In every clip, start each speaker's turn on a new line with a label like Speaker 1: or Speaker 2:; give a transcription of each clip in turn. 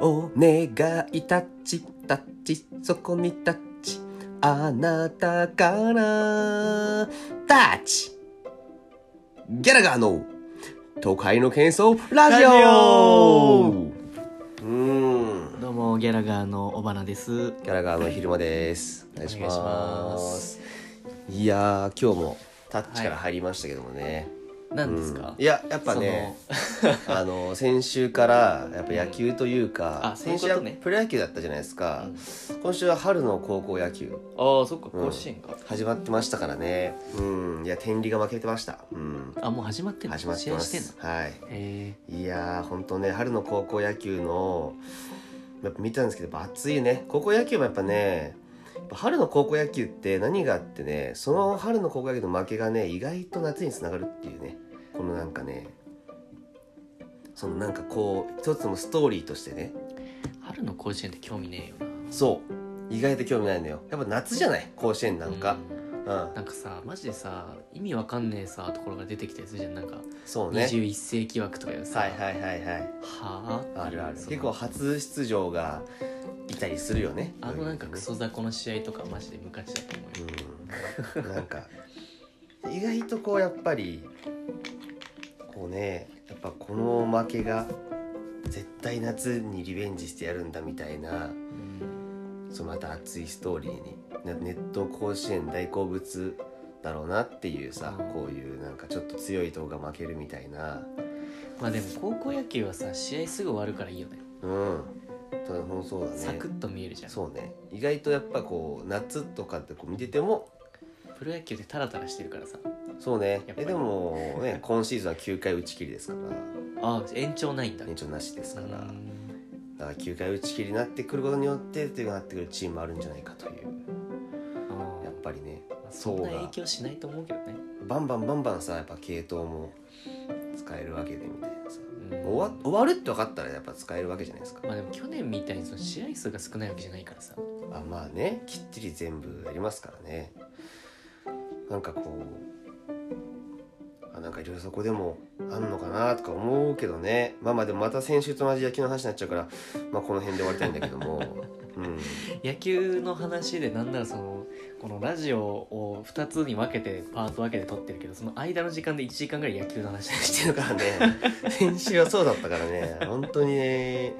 Speaker 1: お願いタッチタッチそこにタッチあなたからタッチギャラガーの都会の喧騒ラジオ
Speaker 2: ラジオ
Speaker 1: うーん
Speaker 2: どうもギャラガーの尾花です
Speaker 1: ギャラガーの昼間ですお願いします
Speaker 2: お願いします
Speaker 1: いやー今日もタッチから入りましたけどもね、
Speaker 2: 何ですか、
Speaker 1: うんいややっぱねあの先週からやっぱ野球というか、
Speaker 2: うんあそういう
Speaker 1: 先
Speaker 2: こ
Speaker 1: 週
Speaker 2: とね
Speaker 1: はプロ野球だったじゃないですか、
Speaker 2: うん
Speaker 1: 今週は春の高校野球
Speaker 2: そのああそっか
Speaker 1: うん
Speaker 2: 甲子園か、
Speaker 1: 始まってましたからねうんいや天理が負けてましたうん
Speaker 2: あもう始まってる
Speaker 1: 始まって
Speaker 2: 試合
Speaker 1: ま
Speaker 2: してんの
Speaker 1: すはい
Speaker 2: え
Speaker 1: いやー本当ね春の高校野球のやっぱ見たんですけどやっぱ熱いね高校野球もやっぱねやっぱ春の高校野球って何があってねその春の高校野球の負けがね意外と夏につながるっていうねこのなんかねそのなんかこう一つのストーリーとしてね
Speaker 2: ー、春の甲子園って興味ねえよな
Speaker 1: そう意外と興味ないのよやっぱ夏じゃない甲子園なんか、
Speaker 2: う
Speaker 1: うん
Speaker 2: んなんかさマジでさ意味わかんねえさところが出てきたやつじゃんなんか
Speaker 1: そうね
Speaker 2: 21世紀枠とかでさ、
Speaker 1: はいはいはいはい
Speaker 2: はあ
Speaker 1: あるある
Speaker 2: その
Speaker 1: 結構初出場がいたりするよね
Speaker 2: あのなんかク
Speaker 1: う
Speaker 2: ソ雑魚の試合とかマジで無価値だと思うよ、
Speaker 1: んなんか意外とこうやっぱりこうねやっぱこの負けが絶対夏にリベンジしてやるんだみたいな
Speaker 2: うん
Speaker 1: そのまた熱いストーリーになネット甲子園大好物だろうなっていうさ
Speaker 2: うん
Speaker 1: こういうなんかちょっと強い党が負けるみたいな
Speaker 2: まあでも高校野球はさ試合すぐ終わるからいいよね
Speaker 1: うんそうほんとそうだね
Speaker 2: サクッと見えるじゃん
Speaker 1: そうね意外とやっぱこう夏とかってこう見てても
Speaker 2: プロ野球でタラタラしてるからさ
Speaker 1: そうね
Speaker 2: やっぱ
Speaker 1: え
Speaker 2: り
Speaker 1: でもね今シーズンは9回打ち切りですか
Speaker 2: ああ延長ないんだ
Speaker 1: ら延長なしですから
Speaker 2: う
Speaker 1: だか
Speaker 2: ん
Speaker 1: ら9回打ち切りになってくることによってっていうなってくるチームもあるんじゃないかという
Speaker 2: あ
Speaker 1: やっぱりね
Speaker 2: あまあそんな
Speaker 1: そうだ
Speaker 2: 影響しないと思うけどね
Speaker 1: バンバンバンバンさやっぱ系統も使えるわけでみたいなさ
Speaker 2: うん
Speaker 1: 終わ終わるって分かったらやっぱ使えるわけじゃないですか
Speaker 2: まあでも去年みたいにその試合数が少ないわけじゃないからさ
Speaker 1: あまあねきっちり全部やりますからねなんかこうあなんかいろいろそこでもあんのかなとか思うけどねまあまあでもまた先週と同じ野球の話になっちゃうから、まあ、この辺で終わりたいんだけど も、うん、
Speaker 2: 野球の話でなんならそのこのラジオを2つに分けてパート分けて撮ってるけどその間の時間で1時間ぐらい野球の話し
Speaker 1: してるからね 先週はそうだったからね本当にね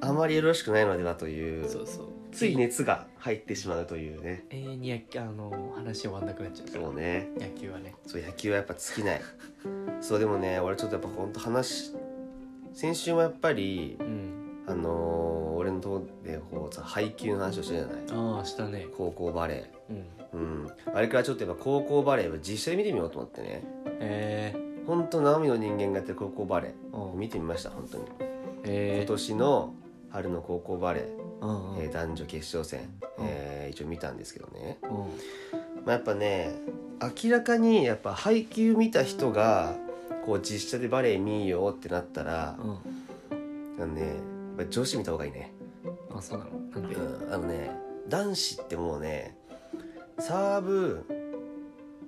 Speaker 1: あまりよろしくないのではとい
Speaker 2: て
Speaker 1: う
Speaker 2: るそうそう
Speaker 1: つい熱が入ってしまうというね
Speaker 2: 永遠にやあの話終わんなくなっちゃうから
Speaker 1: そうね
Speaker 2: 野球はね
Speaker 1: そう野球はやっぱ尽きないそうでもね俺ちょっとやっぱほんと話先週もやっぱり
Speaker 2: うん
Speaker 1: あのー俺のとこでこうさ配球の話をしたじゃない
Speaker 2: ああしたね
Speaker 1: 高校バレ
Speaker 2: うん
Speaker 1: ーうんあれからちょっとやっぱ高校バレーを実際見てみようと思ってね
Speaker 2: え
Speaker 1: ほんと生身の人間がやってる高校バレ
Speaker 2: ー、う
Speaker 1: ー
Speaker 2: ん
Speaker 1: 見てみました本当に今
Speaker 2: えー、
Speaker 1: 年の春の高校バレー、
Speaker 2: うんうん
Speaker 1: えー男女決勝戦、
Speaker 2: うん
Speaker 1: えー一応見たんですけどね、
Speaker 2: うん
Speaker 1: まあ、やっぱね明らかにやっぱ配球見た人がこう実写でバレー見ようってなったら、
Speaker 2: うん
Speaker 1: あのねやっぱ女子見た方がいいね、
Speaker 2: あそうなのなんで、
Speaker 1: うん、あのね男子ってもうねサーブ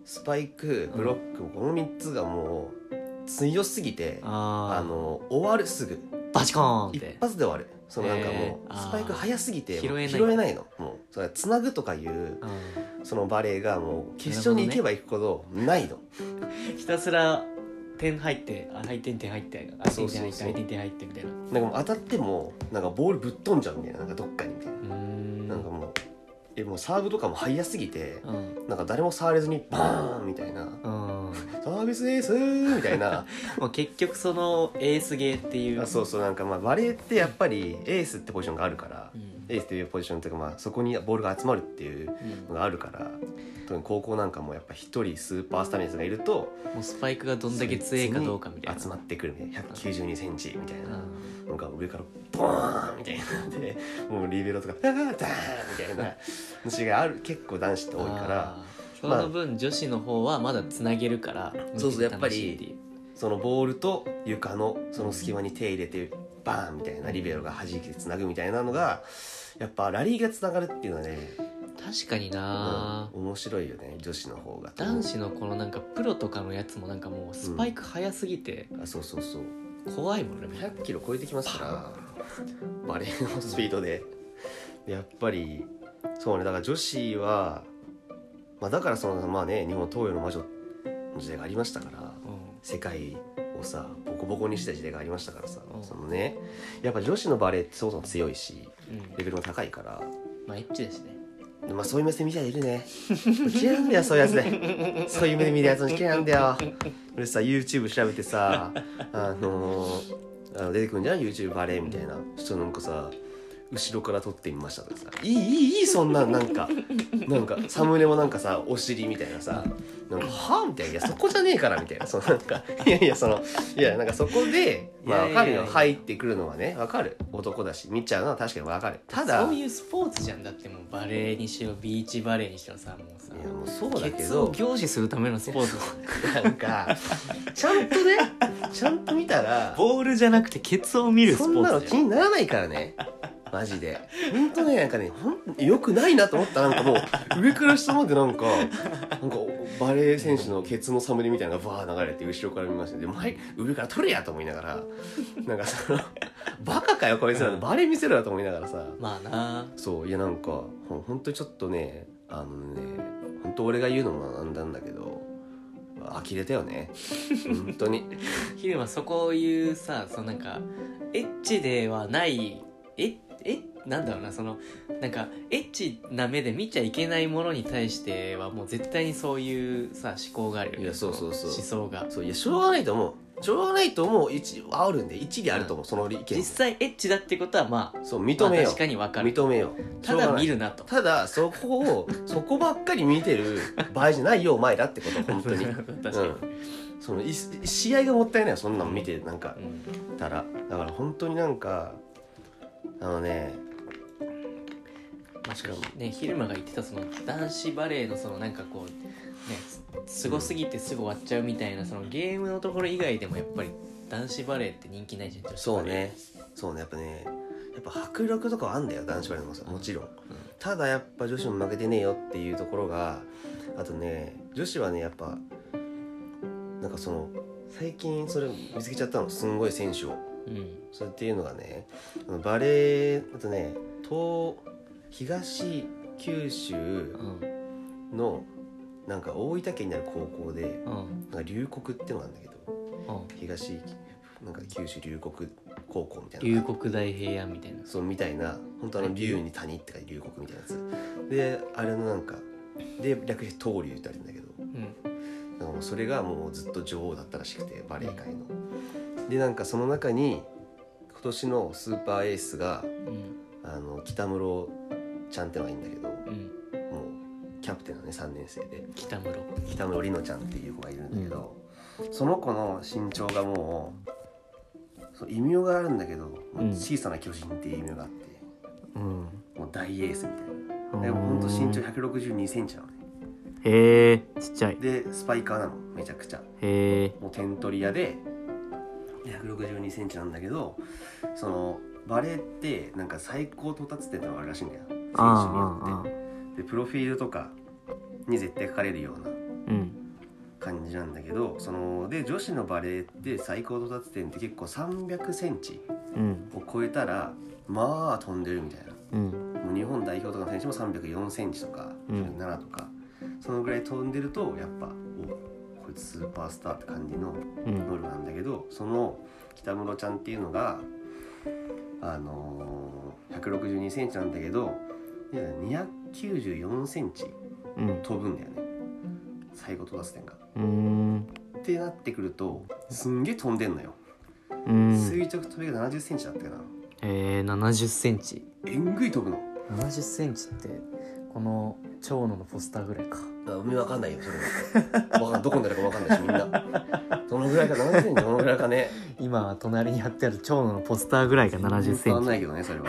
Speaker 1: スパイクブロック、この3つがもう強すぎてあ
Speaker 2: ああ
Speaker 1: の終わるすぐ
Speaker 2: バチコーンっ
Speaker 1: 一
Speaker 2: て
Speaker 1: 発で終わるそのなんかもう、
Speaker 2: へー
Speaker 1: スパイク早すぎて
Speaker 2: あー
Speaker 1: もう拾
Speaker 2: 拾えない
Speaker 1: えないのもうそれつなぐとかいう
Speaker 2: う
Speaker 1: そのバレーがもう決勝に行けば行くほどないの
Speaker 2: んひたすら点入ってあ相手に点入って相手
Speaker 1: そう
Speaker 2: に
Speaker 1: そうそう
Speaker 2: 点入って相手に点入ってみたいなう
Speaker 1: なんかもう当たってもなんかボールぶっ飛んじゃうみたいななんかどっかにみたいな,、
Speaker 2: ーん
Speaker 1: なんかもうえもうサーブとかも早すぎて、
Speaker 2: うん
Speaker 1: なんか誰も触れずにバーンみたいな
Speaker 2: うん
Speaker 1: サービスエースーみたい な
Speaker 2: もう結局そのエースゲーっていう
Speaker 1: あそうそうなんかまあバレーってやっぱりエースってポジションがあるから、
Speaker 2: うん
Speaker 1: エースっていうポジションというかまあそこにボールが集まるっていう
Speaker 2: うん
Speaker 1: の
Speaker 2: も
Speaker 1: があるから特に高校なんかもやっぱ一人スーパースターミスがいると
Speaker 2: うスパイクがどんだけ強いかどうかみたいな
Speaker 1: 集まってくるみたいな1 9 2センチみたいな、
Speaker 2: う
Speaker 1: なんか上からボーンみたいなんでもうリベロとか「あーダーン!」みたいな虫がある結構男子って多いから。
Speaker 2: あーその分女子の方はまだつなげるから
Speaker 1: そうそうやっぱり
Speaker 2: 楽しいていう
Speaker 1: そのボールと床のその隙間に手入れてバーンみたいなリベロが弾いてつなぐみたいなのがやっぱラリーがつながるっていうのはね
Speaker 2: 確かにな、
Speaker 1: うん面白いよね女子の方が
Speaker 2: 男子のこのなんかプロとかのやつもなんかもうスパイク早すぎて
Speaker 1: あそうそうそう
Speaker 2: 怖いもんね、
Speaker 1: 100キロ超えてきますからバレーのスピードででやっぱりそうねだから女子は、まあ、だからそのまあね日本東洋の魔女の時代がありましたから
Speaker 2: う
Speaker 1: 世界をさボコボコにした時代がありましたからさ、
Speaker 2: うん
Speaker 1: そのねやっぱ女子のバレーってそもそも強いし
Speaker 2: んうん
Speaker 1: レベルも高いから
Speaker 2: まあエッチですね
Speaker 1: でまあそういう目線見たいいるね嫌いなんだよそういうやつねそういう目で見るやつの嫌いなんだよ俺さ YouTube 調べてさあのーあの出てくるんじゃん YouTube バレーみたいな人なんかさ後ろから撮ってみましたとかさいいいいいいそんなんなんかなんかサムネもなんかさお尻みたいなさなんかはあみたいないやそこじゃねえからみたいなそのなんかいやいやそのいやなんかそこでまあわかる
Speaker 2: いやいやい
Speaker 1: よ
Speaker 2: や
Speaker 1: 入ってくるのはねわかる男だし見ちゃうのは確かにわかるただ
Speaker 2: そういうスポーツじゃんだってもうバレーにしろビーチバレーにしろさもうさ
Speaker 1: いやもうそうだけ
Speaker 2: ケツを
Speaker 1: ど
Speaker 2: 凝視するためのスポーツ
Speaker 1: なんかちゃんとねちゃんと見たら
Speaker 2: ボールじゃなくてケツを見るスポ
Speaker 1: そ
Speaker 2: ーツ
Speaker 1: んなの
Speaker 2: じ
Speaker 1: 気
Speaker 2: ゃん
Speaker 1: にならないからねマジでほんとねなんかねよくないなと思ったなんかもう上から下までなんかなんかバレー選手のケツのサムネみたいなのがバー流れて後ろから見ましたで前上から取れやと思いながらなんかそのバカかよこいつらバレー見せろやと思いながらさ
Speaker 2: まあな
Speaker 1: そういやなんかほんほんとちょっとねあのねほんと俺が言うのもなんだんだけど呆れたよ ね本当に
Speaker 2: 昼間そこを言うさそのなんかエッチではないええなんだろうなそのなんかエッチな目で見ちゃいけないものに対してはもう絶対にそういうさ思考があるよね
Speaker 1: いやそうそうそう
Speaker 2: の思想が
Speaker 1: そういやしょうがないと思うしょうがないと思う一あるんで一理あると思う、その意見
Speaker 2: 実際エッチだってことはまあ
Speaker 1: そう認め
Speaker 2: まあ
Speaker 1: よ
Speaker 2: 確かにわかる
Speaker 1: 認めよ
Speaker 2: た
Speaker 1: しょう
Speaker 2: だ
Speaker 1: がない
Speaker 2: 見るなと
Speaker 1: ただそこをそこばっかり見てる場合じゃないよお前らって こと本当に
Speaker 2: 確かに、
Speaker 1: うん、そのい試合がもったいないよそんなの見てなんか
Speaker 2: うん
Speaker 1: たらだから本当になんかあのね
Speaker 2: まあ
Speaker 1: しかも
Speaker 2: ね昼間が言ってたその男子バレーのそのなんかこうねすすごすぎてすぐ終わっちゃうみたいなそのゲームのところ以外でもやっぱり男子バレーって人気ないじゃん女子
Speaker 1: そう
Speaker 2: バレー
Speaker 1: ねそうねやっぱねやっぱ迫力とかはあんだよ男子バレーの方がもちろんただやっぱ女子も負けてねえよっていうところがあとね女子はねやっぱなんかその最近それ見つけちゃったのすんごい選手を
Speaker 2: うん、うん
Speaker 1: それっていうのがねあのバレーあとね東東九州
Speaker 2: うん
Speaker 1: のなんか大分県にある高校で
Speaker 2: うん
Speaker 1: なんか龍谷ってのがあるんだけど
Speaker 2: うん
Speaker 1: 東なんか九州龍谷高校みたいな
Speaker 2: 龍谷大平安みたいな
Speaker 1: そうみたいな本当あの竜に谷って書いて竜谷みたいなやつであれのなんかで略して東竜ってあるんだけど
Speaker 2: うん
Speaker 1: なんかもうそれがもうずっと女王だったらしくてバレエ界のでなんかその中に今年のスーパーエースが
Speaker 2: うん
Speaker 1: あの北室ちゃんってのがいいんだけども
Speaker 2: うん
Speaker 1: うキャプテンのね3年生で
Speaker 2: 北室
Speaker 1: 北室里乃ちゃんっていう子がいるんだけど、その子の身長がもうそう異名があるんだけど、もう小さな巨人っていう異名があって。
Speaker 2: うん
Speaker 1: もう大エースみたいなでもほんと身長1 6 2ンチなのね
Speaker 2: へえちっちゃい
Speaker 1: でスパイカーなのめちゃくちゃ
Speaker 2: へえ
Speaker 1: もう点取り屋で1 6 2ンチなんだけどそのバレーってなんか最高到達点とかあるらしいんだよ選手によってでプロフィールとかに絶対書かれるような
Speaker 2: うん
Speaker 1: 感じなんだけどそので女子のバレーって最高到達点って結構3 0 0ンチ
Speaker 2: うん
Speaker 1: を超えたらまあ飛んでるみたいな
Speaker 2: うん
Speaker 1: もう日本代表とかの選手も304センチとか
Speaker 2: うん
Speaker 1: 107とか、そのぐらい飛んでるとやっぱおこいつスーパースターって感じの
Speaker 2: う
Speaker 1: 能力なんだけどその北室ちゃんっていうのがあのー、162センチなんだけどいや294センチ
Speaker 2: うん
Speaker 1: 飛ぶんだよね最後到達点が。
Speaker 2: うん
Speaker 1: ってなってくるとすんげえ飛んでんのよ、
Speaker 2: う
Speaker 1: 垂直飛びが70センチだったかな
Speaker 2: えー、70センチ
Speaker 1: えんぐい飛ぶの
Speaker 2: 70センチってこの長野のポスターぐらいか
Speaker 1: あ海わかんないよそれはわかんどこになるかわかんないしみんなどのぐらいか何センチどのぐらいかね
Speaker 2: 今隣に貼ってある長野のポスターぐらいが70セ
Speaker 1: 変わん
Speaker 2: ン
Speaker 1: な
Speaker 2: チ
Speaker 1: いけどねそれは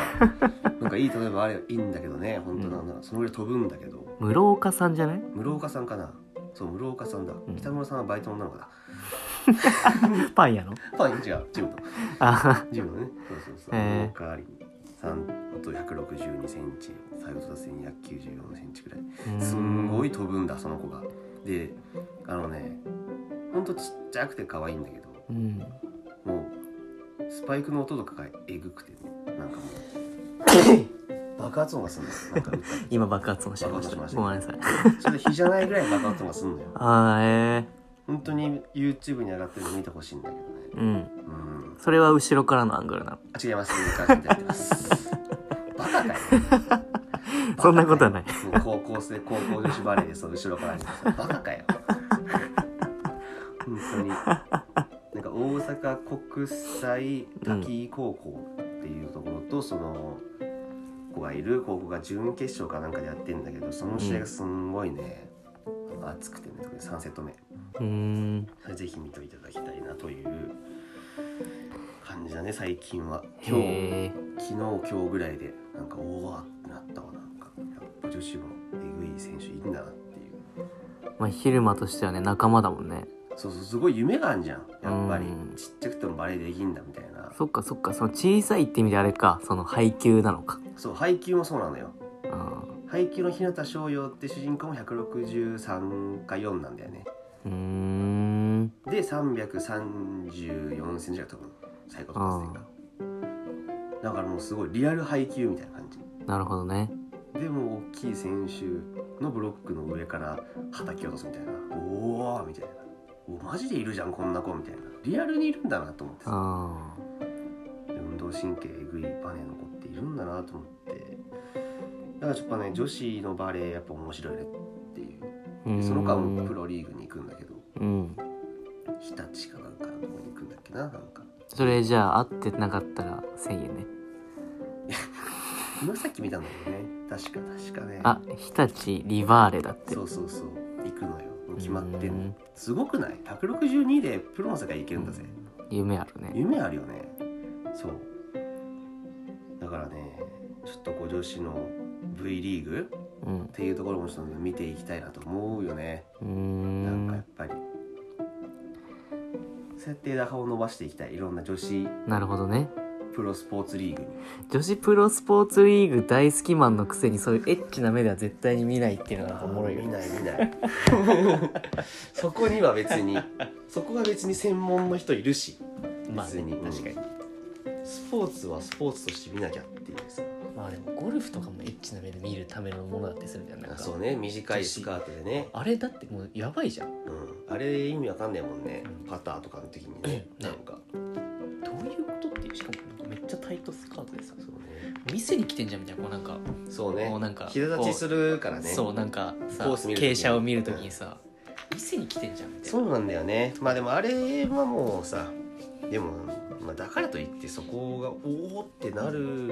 Speaker 1: なんかいい例えばあればいいんだけどね本当なんだ、そのぐらい飛ぶんだけど
Speaker 2: 室岡さんじゃない
Speaker 1: 室岡さんかなそう室岡さんだ、
Speaker 2: ん
Speaker 1: 北村さんはバイトの女の子だ
Speaker 2: パン屋の
Speaker 1: パン違うジムの
Speaker 2: あ
Speaker 1: ジムのねそうそうそう、
Speaker 2: へ
Speaker 1: 室
Speaker 2: ー
Speaker 1: 岡あり3あと1 6 2センチ最後と達成2 9 4センチくらいすんご
Speaker 2: い
Speaker 1: い飛ぶんだその子がであのねほんとちっちゃくて可愛いんだけど
Speaker 2: うん
Speaker 1: もうスパイクの音とかがえぐくてねなんかもう爆発音がするのなんか
Speaker 2: 今爆発音しました
Speaker 1: 爆発音しました
Speaker 2: ごめんなさい
Speaker 1: それ火じゃないぐらい爆発音がするのよ
Speaker 2: ああえ
Speaker 1: 本当に YouTube に上がってるの見てほしいんだけどね
Speaker 2: えう
Speaker 1: う
Speaker 2: ん
Speaker 1: ん
Speaker 2: それは後ろからのアングルなの
Speaker 1: あ違いますいい感じでやってます バカかよ
Speaker 2: そんなことはない
Speaker 1: もう高校生高校女子バレーでその後ろから見てさバカかよ本当になんか大阪国際滝高校っていうところと、その子がいる高校が準決勝かなんかでやってんだけどその試合がすんごいね、あの熱くてね特に3セット目
Speaker 2: うーん
Speaker 1: ぜひ見ていただきたいなという感じだね最近は今日
Speaker 2: へえ
Speaker 1: 昨日今日ぐらいでなんかおおってなったわなんかやっぱ女子もえぐい選手いるんだなっていう
Speaker 2: まあ昼間としてはね仲間だもんね
Speaker 1: そうそうすごい夢があるじゃんやっぱり
Speaker 2: うん
Speaker 1: ちっちゃくてもバレーできんだみたいな
Speaker 2: そっかそっかその小さいって意味であれかその配給なのか
Speaker 1: そう配球もそうなのよ
Speaker 2: う
Speaker 1: 配球の日向翔陽って主人公も163か4なんだよね
Speaker 2: んうーん
Speaker 1: で334センチが多分最高得点がだからもうすごいリアル配球みたいな感じ
Speaker 2: なるほどね
Speaker 1: でもう大きい選手のブロックの上から叩き落とすみたいな「おお!」みたいな「おマジでいるじゃんこんな子」みたいなリアルにいるんだなと思ってさ
Speaker 2: あ
Speaker 1: で運動神経えぐいバネの子っているんだなと思ってだからちょっとね女子のバレーやっぱ面白いねっていうでその間もプロリーグに行くんだけど
Speaker 2: うん
Speaker 1: 日立かなんかのとこに行くんだっけななんか
Speaker 2: それじゃあ会ってなかったら1000円ね
Speaker 1: 今さっき見たんだけどね確か確かね
Speaker 2: あ日立リバーレだって
Speaker 1: そうそうそう行くのよもう決まって
Speaker 2: うん
Speaker 1: の
Speaker 2: ん
Speaker 1: すごくない162でプロの世界行けるんだぜ、
Speaker 2: 夢あるね
Speaker 1: 夢あるよねそうだからねちょっとこう女子の V リーグ
Speaker 2: うん
Speaker 1: っていうところもちょっと見ていきたいなと思うよね
Speaker 2: うー
Speaker 1: なんかや
Speaker 2: ん
Speaker 1: っぱりそうやって枝葉を伸ばしていきたいいろんな女子
Speaker 2: なるほどね
Speaker 1: プロスポーツリーグに
Speaker 2: 女子プロスポーツリーグ大好きマンのくせにそういうエッチな目では絶対に見ないっていうのがおもろいよ
Speaker 1: 見
Speaker 2: ね
Speaker 1: ない見ない そこには別にそこが別に専門の人いるし
Speaker 2: まあね
Speaker 1: 別に
Speaker 2: 確かに
Speaker 1: スポーツはスポーツとして見なきゃっていうさ
Speaker 2: まあでもゴルフとかもエッチな目で見るためのものだってするじゃんなん
Speaker 1: あ
Speaker 2: か
Speaker 1: そうね短いスカートでね
Speaker 2: あれだってもうやばいじゃん
Speaker 1: うん、あれ意味わかんないもんね、
Speaker 2: うん
Speaker 1: パターとかの時にね
Speaker 2: うん
Speaker 1: なんか
Speaker 2: どういうことっていうしかもなんかめっちゃタイトスカートでさ
Speaker 1: そうね
Speaker 2: 店に来てんじゃんみたいなこうなんか
Speaker 1: そうね
Speaker 2: もうなんか
Speaker 1: 膝立ちするからね
Speaker 2: そうなんかさ
Speaker 1: コース見る時に
Speaker 2: 傾斜を見るときにさ、店に来てんじゃんみたいな
Speaker 1: そうなんだよねまあでもあれはもうさでも、まあ、だからといってそこがおおってなる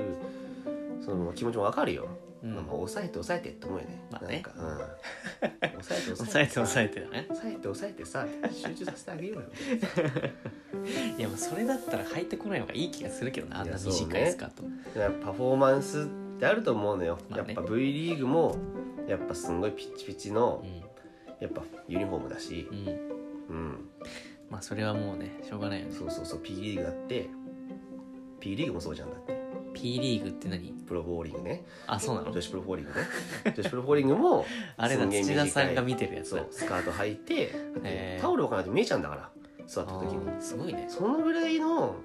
Speaker 1: その気持ちもわかるよ、
Speaker 2: うん
Speaker 1: まあ、まあ抑えて抑えてって思うよね,、
Speaker 2: まあね
Speaker 1: なんか、 うん、抑えて
Speaker 2: 抑えて抑え
Speaker 1: て
Speaker 2: てだね
Speaker 1: 抑えて抑えてさ集中させてあげようよみたいない
Speaker 2: やもうそれだったら入ってこない方がいい気がするけどなあん
Speaker 1: い
Speaker 2: な
Speaker 1: やそうね
Speaker 2: 短いスカート、
Speaker 1: だからパフォーマンスってあると思うのよ、
Speaker 2: まあね
Speaker 1: やっぱ V リーグもやっぱすんごいピッチピチの、
Speaker 2: う
Speaker 1: やっぱユニフォームだし、
Speaker 2: んうん
Speaker 1: うん、
Speaker 2: まあそれはもうねしょうがないよね
Speaker 1: そうそうそう P リーグだって P リーグもそうじゃんだって
Speaker 2: P リーグって何
Speaker 1: プロボーリングね
Speaker 2: あそうなの
Speaker 1: 女子プロボーリングね女子プロボーリング も
Speaker 2: あれだ
Speaker 1: すげえ短
Speaker 2: 土
Speaker 1: い
Speaker 2: 田さんが見てるやつ
Speaker 1: そ
Speaker 2: だ
Speaker 1: うスカート履いてだって
Speaker 2: へー
Speaker 1: タオル置かないと見えちゃうんだから座った
Speaker 2: あ
Speaker 1: 時に
Speaker 2: ーすごいね、
Speaker 1: そのぐらいの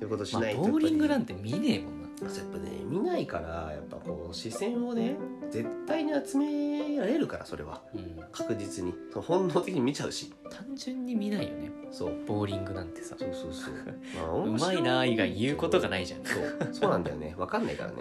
Speaker 1: いうことし
Speaker 2: まあ、
Speaker 1: ないと
Speaker 2: ボーリングなん
Speaker 1: て
Speaker 2: て見ねえもんな
Speaker 1: やっぱね見ないからやっぱこう視線をね絶対に集められるからそれは
Speaker 2: うん
Speaker 1: 確実にその本能的に見ちゃうし
Speaker 2: 単純に見ないよね
Speaker 1: そう
Speaker 2: ボーリングなんてさ
Speaker 1: そうそう そう、まあ
Speaker 2: う
Speaker 1: 面
Speaker 2: ま
Speaker 1: 白
Speaker 2: いな以外言うことがないじゃん
Speaker 1: そうそうなんだよね分かんないからね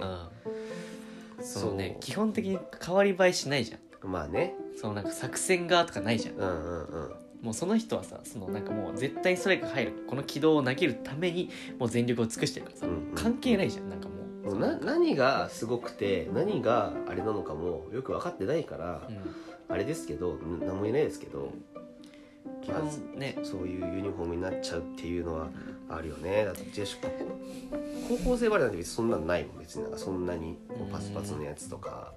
Speaker 2: うんそうね基本的に変わり映えしないじゃん
Speaker 1: まあね
Speaker 2: そのなんか作戦がとかないじゃん
Speaker 1: うんうんうん
Speaker 2: もうその人はさそのなんかもう絶対ストライク入るこの軌道を投げるためにもう全力を尽くしてるからさ、
Speaker 1: うんうん
Speaker 2: 関係ないじゃんなんかも
Speaker 1: も
Speaker 2: う
Speaker 1: うな何がすごくて何があれなのかもよく分かってないから、
Speaker 2: うん
Speaker 1: あれですけどん何も言えないですけど、
Speaker 2: 基本ね
Speaker 1: そういうユニフォームになっちゃうっていうのはあるよねだってジェシカ高校生バレーなんて別にそんなんないもん別になんかそんなにこうパツパツのやつとか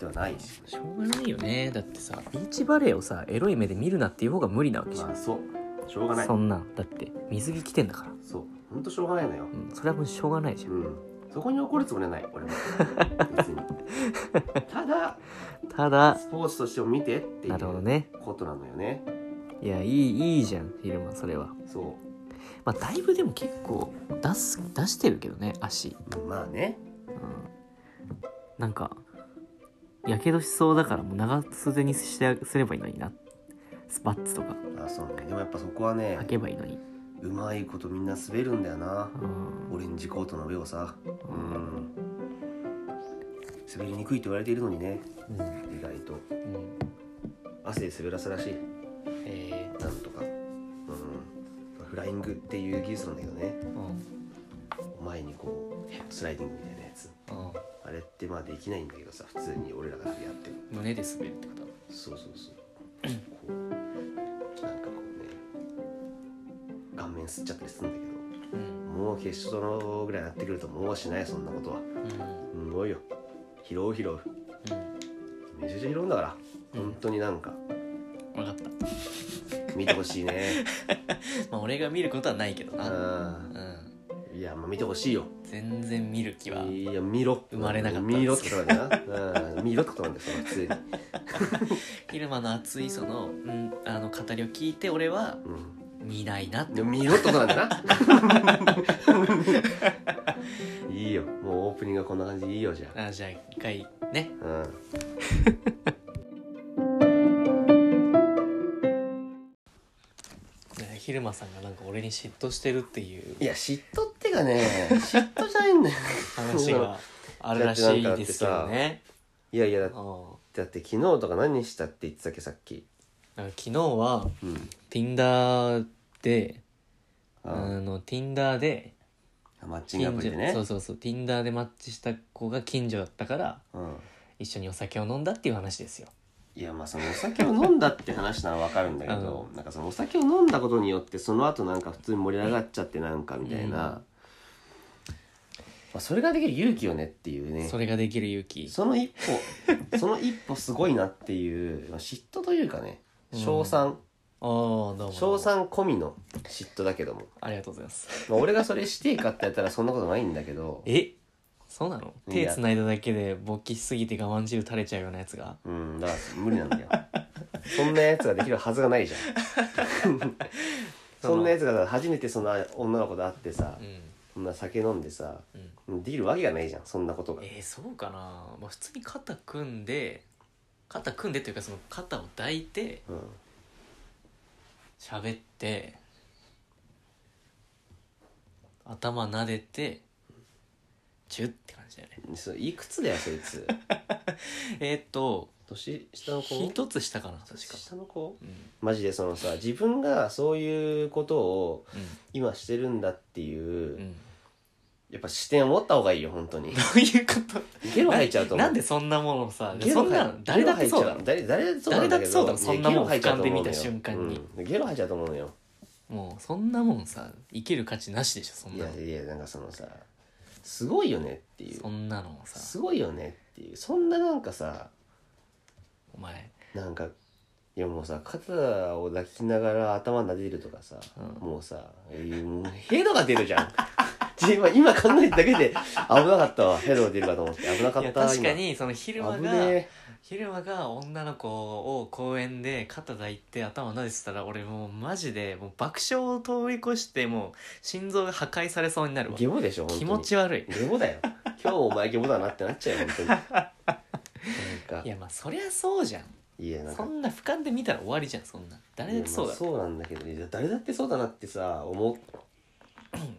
Speaker 1: ではないし、
Speaker 2: しょうがないよねだってさビーチバレーをさエロい目で見るなっていう方が無理なわけじゃん、
Speaker 1: まあそうしょうがない
Speaker 2: そんなんだって水着着てんだから、
Speaker 1: そうほんとしょうがないのよ
Speaker 2: うん、それはもうしょうがないじゃん
Speaker 1: うんそこに怒るつもりはない俺 も別にただ
Speaker 2: ただ
Speaker 1: スポーツとしても見てってい
Speaker 2: なるほど
Speaker 1: う
Speaker 2: ね
Speaker 1: ことなのよね
Speaker 2: いやいいいいじゃん昼間それは
Speaker 1: そ
Speaker 2: まあだいぶでも結構出す出してるけどね足、
Speaker 1: うまあね
Speaker 2: うん、なんかやけどしそうだからもう長袖にしてすればいいのになスパッツとか
Speaker 1: あそうねでもやっぱそこはね
Speaker 2: 履けばいいのに、
Speaker 1: うまいことみんな滑るんだよな
Speaker 2: うん、
Speaker 1: オレンジコートの上をさうん滑りにくいと言われているのにね
Speaker 2: うんうん
Speaker 1: 意外と汗で滑らすらしい
Speaker 2: え
Speaker 1: なんとかうんフライングっていう技術なんだけどね
Speaker 2: ーうん
Speaker 1: 前にこうスライディングみたいなやつ
Speaker 2: うん
Speaker 1: あれってまあできないんだけどさ普通に俺らがやっても
Speaker 2: 胸で滑るってこと
Speaker 1: そうそうそうこうなんかこうね顔面吸っちゃったりするんだけ
Speaker 2: うん
Speaker 1: どもう決勝のぐらいになってくるともうしないそんなことは
Speaker 2: うん
Speaker 1: すごいよ拾う拾うめちゃくちゃ拾うんだから
Speaker 2: うん
Speaker 1: 本当になんか
Speaker 2: 分かった
Speaker 1: 見てほしい ね
Speaker 2: まあ俺が見ることはないけど
Speaker 1: う
Speaker 2: な、
Speaker 1: ん
Speaker 2: うん、
Speaker 1: いやまあ見てほしいよ
Speaker 2: 全然見る気はい
Speaker 1: や見ろ
Speaker 2: 生まれなかったん
Speaker 1: 見ろ
Speaker 2: で
Speaker 1: って
Speaker 2: すけ
Speaker 1: こと
Speaker 2: ど
Speaker 1: なんだな、うん、見ろってことなんだよその普通に
Speaker 2: 昼間の熱いその,、うん、あの語りを聞いて俺は見ないなっ
Speaker 1: うん
Speaker 2: て
Speaker 1: でも見ろってことなんだな いいよもうオープニングはこんな感じでいいよじゃ
Speaker 2: あじゃあ一回ね
Speaker 1: あうん
Speaker 2: ね昼間さんがなんか俺に嫉妬してるっていう
Speaker 1: いや嫉妬ってかね 嫉妬じゃないんだよ
Speaker 2: 話があるらしいですよね。
Speaker 1: いやいやだ
Speaker 2: うん
Speaker 1: ってだって昨日とか何したって言ってたっけさっき
Speaker 2: なんか昨日は
Speaker 1: うん
Speaker 2: Tinder で
Speaker 1: あ
Speaker 2: あの Tinder で
Speaker 1: マッチングアプリでね
Speaker 2: そうそうそう Tinder でマッチした子が近所だったから
Speaker 1: うん
Speaker 2: 一緒にお酒を飲んだっていう話ですよ。
Speaker 1: いやまあそのお酒を飲んだって話ならわかるんだけどなんかそのお酒を飲んだことによってその後なんか普通に盛り上がっちゃってなんかみたいな、
Speaker 2: うん
Speaker 1: まあ、それができる勇気よねっていうね
Speaker 2: それができる勇気。
Speaker 1: その一 歩その一歩すごいなっていうまあ嫉妬というかね
Speaker 2: うん
Speaker 1: 称賛、
Speaker 2: ああどうも。
Speaker 1: 称賛込みの嫉妬だけども、
Speaker 2: ありがとうございます。
Speaker 1: まあ、俺がそれしていいかってやったらそんなことないんだけど
Speaker 2: えそうなの
Speaker 1: い
Speaker 2: 手
Speaker 1: や
Speaker 2: つないだだけで勃起しすぎて我慢汁垂れちゃうようなやつが。
Speaker 1: うんだから無理なん だよそんなやつができるはずがない じゃんそんなやつがさ初めてその女の子と会ってさ、
Speaker 2: うん
Speaker 1: そんな酒飲んでさ
Speaker 2: うん。
Speaker 1: できるわけがないじゃんそんなことが
Speaker 2: えー、そうかな、まあ、普通に肩組んで肩組んでっていうかその肩を抱いて
Speaker 1: うん
Speaker 2: 喋って頭撫でてチュッって感じだよね
Speaker 1: そいくつだよそいつ
Speaker 2: えーっと
Speaker 1: 年下の子
Speaker 2: 一つ下かな確か
Speaker 1: 下の子
Speaker 2: うん
Speaker 1: マジでそのさ自分がそういうことを
Speaker 2: う
Speaker 1: 今してるんだっていう、
Speaker 2: んうん
Speaker 1: やっぱ視点を持った方がいいよ本当に
Speaker 2: どういうこと
Speaker 1: ゲロ吐いちゃうと思う
Speaker 2: なんでそんなものをさ
Speaker 1: ゲ
Speaker 2: そ
Speaker 1: ロ
Speaker 2: ん
Speaker 1: 吐い
Speaker 2: なの誰だってそうだろ
Speaker 1: ゲロ吐いちゃ誰誰そうなんだけど
Speaker 2: 誰だってそうだろそんな
Speaker 1: いやゲロ
Speaker 2: もん
Speaker 1: 吐いちゃうと思うのよ
Speaker 2: 俯瞰で見た瞬間に
Speaker 1: うんゲロ吐いちゃうと思うのよ
Speaker 2: もうそんなもんさ生きる価値なしでしょそん
Speaker 1: い
Speaker 2: な
Speaker 1: や
Speaker 2: の
Speaker 1: いやなんかそのさすごいよねっていう
Speaker 2: そんなのをさ
Speaker 1: すごいよねっていうそんななんかさ
Speaker 2: お前
Speaker 1: なんかいやもうさ肩を抱きながら頭撫でるとかさ、
Speaker 2: うん
Speaker 1: もうさ、えーもうヘドが出るじゃん 今今考えただけで危なかったわヘドが出るかと思って危なか
Speaker 2: い
Speaker 1: っ
Speaker 2: や
Speaker 1: た
Speaker 2: 確かにその昼
Speaker 1: 今
Speaker 2: 間
Speaker 1: 危
Speaker 2: が、
Speaker 1: ね
Speaker 2: 昼間が女の子を公園で肩抱いて頭撫でてたら俺もうマジでもう爆笑を通り越してもう心臓が破壊されそうにな
Speaker 1: え
Speaker 2: るわ
Speaker 1: ゲボでしょ本当
Speaker 2: 気
Speaker 1: に
Speaker 2: 持ち悪い
Speaker 1: ゲボだよ今日お前ゲボだなってなっちゃうよ本当になんか
Speaker 2: いやまあそりゃそうじゃん
Speaker 1: いやなん
Speaker 2: そ
Speaker 1: か
Speaker 2: んな俯瞰で見たら終わりじゃんそんな誰だってそうだ
Speaker 1: いやまあそうなんだけどいや誰だってそうだなってさ思っ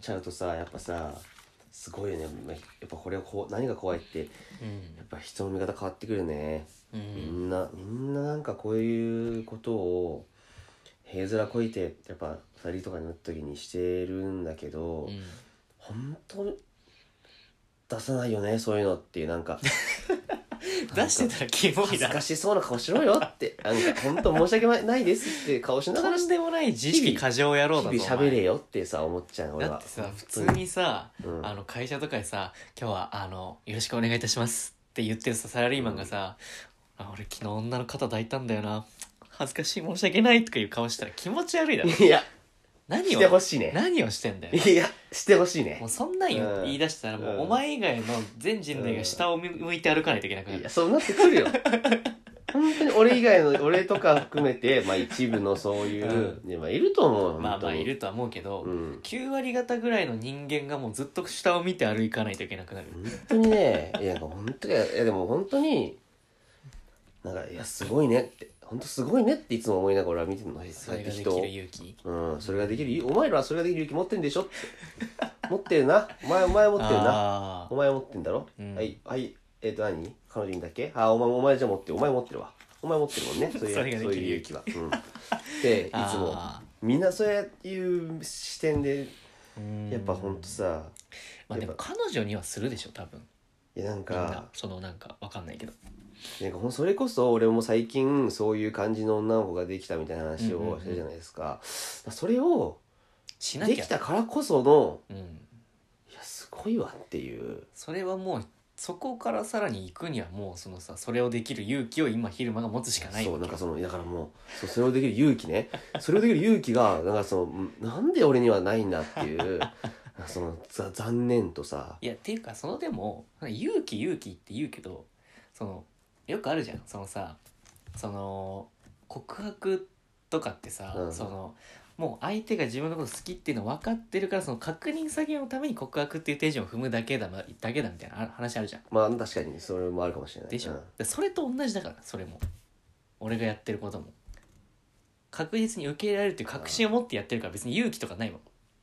Speaker 1: ちゃうとさやっぱさすごいよねまあやっぱこれをこう何が怖いってやっぱ人の見方変わってくるね、
Speaker 2: うん、う
Speaker 1: み
Speaker 2: ん、
Speaker 1: んなみんななんかこういうことを平面こいてやっぱ2人とかになった時にしてるんだけど、
Speaker 2: うん、
Speaker 1: 本当出さないよねそういうのっていうなんか
Speaker 2: 出してたらキモ
Speaker 1: 恥
Speaker 2: い
Speaker 1: ず
Speaker 2: な
Speaker 1: かしそうな顔しろよってなんか本当申し訳ないですって顔しなが
Speaker 2: と
Speaker 1: ら
Speaker 2: ん
Speaker 1: 日
Speaker 2: でもない自意識過剰野郎だ
Speaker 1: 々
Speaker 2: ぞ
Speaker 1: 喋れよってさ思っちゃう
Speaker 2: お
Speaker 1: 俺
Speaker 2: 前
Speaker 1: は
Speaker 2: だってさ普
Speaker 1: 本
Speaker 2: 通
Speaker 1: 当
Speaker 2: にさ
Speaker 1: うん
Speaker 2: あの会社とかでさ「今日はあのよろしくお願いいたします」って言ってるさサラリーマンがさ「あ俺昨日女の肩抱いたんだよな恥ずかしい申し訳ない」とかいう顔したら気持ち悪いだろ
Speaker 1: いや
Speaker 2: 何
Speaker 1: してほ
Speaker 2: を
Speaker 1: しいね
Speaker 2: 何をしてんだよ
Speaker 1: いやしてほしいね
Speaker 2: もうそんなん言,、
Speaker 1: うん
Speaker 2: 言い出したらも
Speaker 1: う
Speaker 2: う、
Speaker 1: ん
Speaker 2: お前以外の全人類が下を向向いて歩かないといけなくないる
Speaker 1: やそうなってくるよ本当に俺以外の俺とか含めて、まあ、一部のそういう、ねまあ、いると思う
Speaker 2: まあまあい
Speaker 1: る、
Speaker 2: るとは思うけど、
Speaker 1: うん、
Speaker 2: 9割方ぐらいの人間がもうずっと下を見て歩かないといけなくなる
Speaker 1: 本当にねいやなんか本当にいやでも本当になんかいやすごいねって本当すごいねっていつも思いながら俺は見てるの
Speaker 2: それがで
Speaker 1: 人
Speaker 2: き
Speaker 1: を
Speaker 2: る勇気
Speaker 1: うんそれができるお前らはそれができる勇気持ってんでしょって持ってるなお前お前持ってるな
Speaker 2: あ
Speaker 1: お前持ってんだろ、
Speaker 2: うん
Speaker 1: はいはいえっ、と何彼女いんだっけあお前お前じゃ持ってるお前持ってるわお前持ってるもん ねそういう
Speaker 2: それがで
Speaker 1: そう
Speaker 2: き
Speaker 1: い
Speaker 2: る
Speaker 1: う勇
Speaker 2: 勇
Speaker 1: 気は、うん、 でい
Speaker 2: あ
Speaker 1: つも
Speaker 2: あ
Speaker 1: みんなそういう視点で
Speaker 2: ーうん
Speaker 1: やっぱほんとさ
Speaker 2: まあでも彼女にはするでしょ多分
Speaker 1: いやなん
Speaker 2: みん
Speaker 1: か
Speaker 2: なそのなんかわかんないけど
Speaker 1: なんかほんそれこそ俺も最近そういう感じの女の子ができたみたいな話
Speaker 2: うんうんう
Speaker 1: を
Speaker 2: ん
Speaker 1: したじゃないですか、それを
Speaker 2: しな
Speaker 1: で
Speaker 2: き
Speaker 1: き
Speaker 2: ゃ
Speaker 1: たからこその
Speaker 2: うん
Speaker 1: いやすごいわっていう
Speaker 2: それはもうそこからさらに行くにはもうそのさそれをできる勇気を今昼間が持つしかない
Speaker 1: そう
Speaker 2: わ
Speaker 1: なん
Speaker 2: け
Speaker 1: かそのだからもうそうそれをできる勇気 ねそれをできる勇気がなんかそのんなんで俺にはないんだっていう なんかそのざ残念とさ
Speaker 2: いやっていうかそのでも勇気勇気って言うけどそのよくあるじゃんそのさその告白とかってさ、
Speaker 1: うん
Speaker 2: そのもう相手が自分のこと好きっていうの分かってるからその確認作業のために告白っていう手順を踏むだけだまだけだみたいなあ話あるじゃん
Speaker 1: まあ確かにそれもあるかもしれない
Speaker 2: でしょ、
Speaker 1: うん
Speaker 2: でそれと同じだからそれも俺がやってることも確実に受け入れられるっていう確信を持ってやってるから別に勇気とかないもん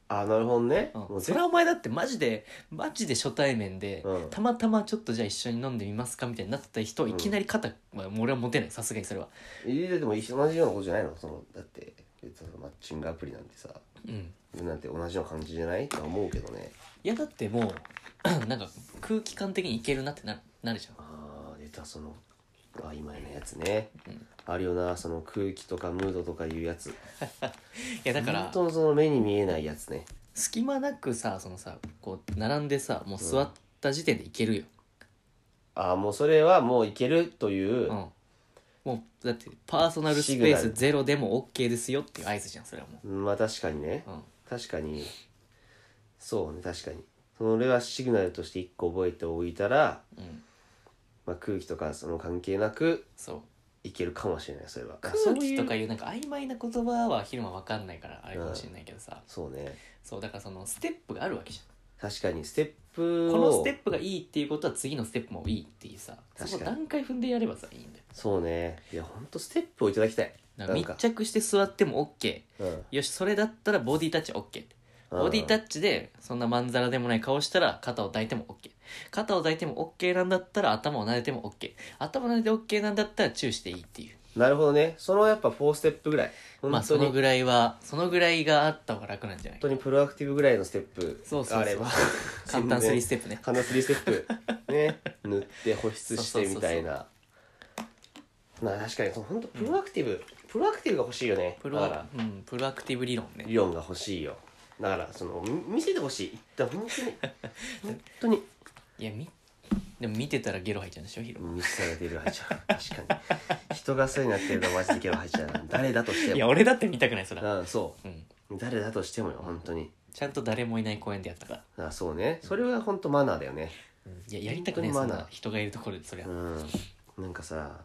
Speaker 1: あなるほどね、
Speaker 2: うん
Speaker 1: もう
Speaker 2: そ
Speaker 1: ぜ
Speaker 2: れはお前だってマジでマジで初対面で、
Speaker 1: うん
Speaker 2: たまたまちょっとじゃあ一緒に飲んでみますかみたいになった人
Speaker 1: ん
Speaker 2: いきなり肩、まあ、俺は持てないさすがにそれは
Speaker 1: えでも同じようなことじゃないのそのだってそのマッチングアプリなんてさ
Speaker 2: うん
Speaker 1: なんて同じような感じじゃないとは思うけどね
Speaker 2: いやだってもう なんか空気感的にいけるなってななるじゃ
Speaker 1: ああ出たそのあ今のやつね、
Speaker 2: うん
Speaker 1: あるよなその空気とかムードとかいうやつ
Speaker 2: んいやだから
Speaker 1: 本当のその目に見えないやつね
Speaker 2: 隙間なくさそのさこう並んでさもう座った時点でいけるよ、
Speaker 1: ああもうそれはもういけるというう、
Speaker 2: んもうだってパーソナルスペースゼロでも OK ですよっていう合図じゃんそれはも
Speaker 1: まあ確かにね
Speaker 2: う、うん、
Speaker 1: 確かにそうね確かにそれはシグナルとして一個覚えておいたら、
Speaker 2: うん
Speaker 1: まあ、空気とかその関係なく
Speaker 2: そう
Speaker 1: いけるかもしれないそれはあ
Speaker 2: 空気と
Speaker 1: そ
Speaker 2: か
Speaker 1: ういう
Speaker 2: いうなんか曖昧な言葉は昼間わかんないからあれかもしれないけどさ、
Speaker 1: そうね
Speaker 2: そうだからそのステップがあるわけじ
Speaker 1: 確かにステッ
Speaker 2: ゃ
Speaker 1: プ
Speaker 2: ん
Speaker 1: を
Speaker 2: このステップがいいっていうことは次のステップもいいっていうさ
Speaker 1: 確かに
Speaker 2: その段階踏んでやればさいいんだよ
Speaker 1: そうねいやほんとステップをいただきたい
Speaker 2: だから
Speaker 1: なんか
Speaker 2: 密着して座っても OK
Speaker 1: うん
Speaker 2: よしそれだったらボディタッチ OK ってボディタ
Speaker 1: ッチ
Speaker 2: ッチでそんなまんざらでもない顔したら肩を抱いても OK 肩を抱いても OK なんだったら頭を撫でても OK 頭を撫でて OK なんだったらチューしていいっていう
Speaker 1: なるほどねそのやっぱ4ステップぐらい本
Speaker 2: まあ
Speaker 1: 当
Speaker 2: そ
Speaker 1: に、
Speaker 2: のぐらいはそのぐらいがあった方が楽なんじゃない
Speaker 1: 本当にプロアクティブぐらいのステップ
Speaker 2: そうそうそ
Speaker 1: が
Speaker 2: う
Speaker 1: あれば
Speaker 2: 簡単3ス
Speaker 1: テッ
Speaker 2: テップね
Speaker 1: プ簡単3ステップね塗って保湿してみたいなまあ確かにその本当プロアクティブ、プロアクティブが欲しいよね
Speaker 2: プ
Speaker 1: だ
Speaker 2: ロ,、
Speaker 1: から
Speaker 2: うん、プロアクティブ理論ね
Speaker 1: 理論が欲しいよだからそのみ見せてほしい一旦本当に本当に
Speaker 2: いやみでも見てたらゲロ吐いちゃうんでしょヒロ
Speaker 1: 見せたら出る入っちゃ う確かに人がそうになってるのはマジでゲロ入っちゃうな誰だとして
Speaker 2: い
Speaker 1: も
Speaker 2: や俺だって見たくないそれは、
Speaker 1: うんそ
Speaker 2: うん、
Speaker 1: う誰だとしてもよ本当に
Speaker 2: ちゃんと誰もいない公園でやったから、
Speaker 1: あそうねそれは本当マナーだよね
Speaker 2: いややりたくないそ
Speaker 1: 本当
Speaker 2: ん
Speaker 1: にマナー
Speaker 2: な人がいるところでそれは、
Speaker 1: うんなんかさ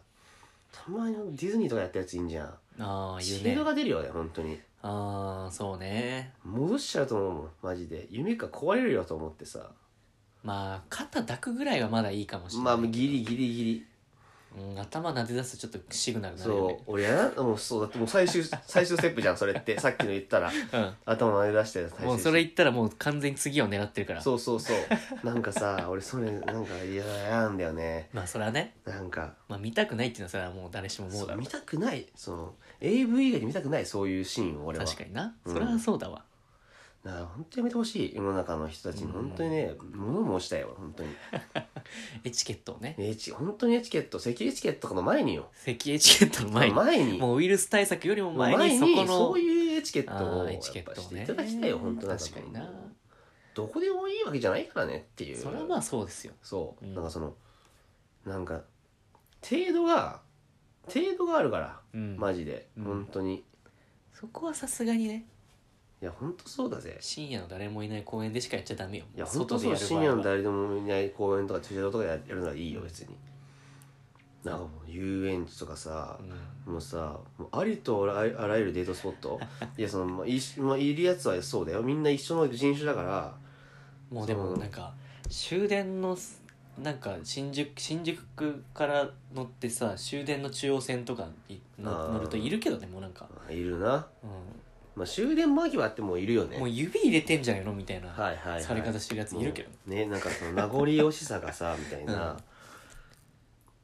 Speaker 1: たまにディズニーとかやったやついいんじゃん
Speaker 2: ああ
Speaker 1: ス
Speaker 2: 言う
Speaker 1: ピー
Speaker 2: ね
Speaker 1: ドが出るよね本当に
Speaker 2: ああそうね
Speaker 1: 戻しちゃうと思うもんマジで夢か壊れるよと思ってさ
Speaker 2: まあ肩抱くぐらいはまだいいかもしれな
Speaker 1: ま
Speaker 2: い、
Speaker 1: あギリギリギリ
Speaker 2: うん、頭撫で出すとちょっとシグナルになるよ
Speaker 1: そう
Speaker 2: ね
Speaker 1: 俺やなもうそうだってもう最終 最終ステップじゃんそれってさっきの言ったら頭投げ出して最終ステ
Speaker 2: う
Speaker 1: ッ
Speaker 2: ん、
Speaker 1: プ
Speaker 2: もうそれ言ったらもう完全に次を狙ってるから
Speaker 1: そうそうそうなんかさ俺それなんか嫌だ嫌なんだよね
Speaker 2: まあそれはね、
Speaker 1: なんか
Speaker 2: まあ、見たくないっていうのはそれはもう誰しも思うだ
Speaker 1: そう
Speaker 2: ろ
Speaker 1: 見たくないその AV 以外で見たくないそういうシーンを
Speaker 2: う
Speaker 1: 俺は
Speaker 2: 確かにな、
Speaker 1: うん
Speaker 2: それはそうだわ
Speaker 1: だから本当にやめてほしい世の中の人たちに
Speaker 2: うん
Speaker 1: 本当にね物申したいよ本当に
Speaker 2: エチケットをね
Speaker 1: エチ本当にエチケット咳エチケットとかの前によ
Speaker 2: 咳エチケットの前に
Speaker 1: 前に
Speaker 2: もうウイルス対策よりも前
Speaker 1: 前
Speaker 2: に
Speaker 1: に
Speaker 2: そこ
Speaker 1: そ
Speaker 2: の
Speaker 1: ういうエチケット
Speaker 2: あ
Speaker 1: を
Speaker 2: ー
Speaker 1: や
Speaker 2: エ
Speaker 1: っ
Speaker 2: チケッ
Speaker 1: ぱ
Speaker 2: ト
Speaker 1: し
Speaker 2: を
Speaker 1: て
Speaker 2: ね
Speaker 1: いただきたいよ本当なん
Speaker 2: 確かにな
Speaker 1: どこでもいいわけじゃないからねっていう
Speaker 2: それはまあそうですよ
Speaker 1: そう、
Speaker 2: うん
Speaker 1: なんかそのなんか程度が程度があるから
Speaker 2: うん
Speaker 1: マジで、
Speaker 2: うん
Speaker 1: 本当に
Speaker 2: そこはさすがにね
Speaker 1: いやほんとそうだぜ
Speaker 2: 深夜の誰もいない公園でしかやっちゃダメよ
Speaker 1: いやほんとそう深夜の誰でもいない公園とか駐車場とかややるならいいよ別になんかもう遊園地とかさ
Speaker 2: う、ん
Speaker 1: もうさもうありとあらあらゆるデートスポッ トいやその、まあいしまあ、いるやつはそうだよみんな一緒の人種だから
Speaker 2: もうでも
Speaker 1: そう
Speaker 2: なんか終電のすなんか新宿新宿から乗ってさ終電の中央線とかに
Speaker 1: あ
Speaker 2: の
Speaker 1: ー
Speaker 2: 乗るといるけどねもうなんか、
Speaker 1: まあいるな、
Speaker 2: う
Speaker 1: まあ、終電間際ってもういるよ
Speaker 2: ん、もう
Speaker 1: ね
Speaker 2: 指入れてんじゃないのみたい
Speaker 1: は
Speaker 2: ない
Speaker 1: はい、はい、
Speaker 2: され方してるやついるけどね、
Speaker 1: ねなんかその名残惜しさがさみたいな、
Speaker 2: うん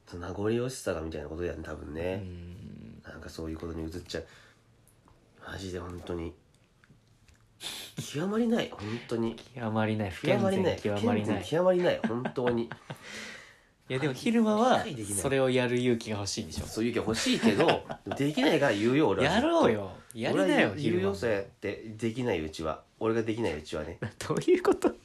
Speaker 1: その名残惜しさがみたいなことだよね多分
Speaker 2: う
Speaker 1: ね、
Speaker 2: ん
Speaker 1: なんかそういうことに移っちゃうマジで本当に極まりない本当に
Speaker 2: 極まりない不
Speaker 1: 極
Speaker 2: 健
Speaker 1: まりな
Speaker 2: 全
Speaker 1: い
Speaker 2: 極まり
Speaker 1: 不健
Speaker 2: な
Speaker 1: 全
Speaker 2: い
Speaker 1: 極まりない本当に
Speaker 2: いやでも昼間は
Speaker 1: 理解できない
Speaker 2: それをやる勇気が欲しいでしょ
Speaker 1: そういう意見欲しいけ どできないから言うよ俺は
Speaker 2: やろうよやり
Speaker 1: 俺
Speaker 2: な
Speaker 1: は
Speaker 2: よ
Speaker 1: 言う言
Speaker 2: 昼
Speaker 1: う
Speaker 2: 間
Speaker 1: よそうやってできないうちは俺ができないうちはね
Speaker 2: どういうこと だか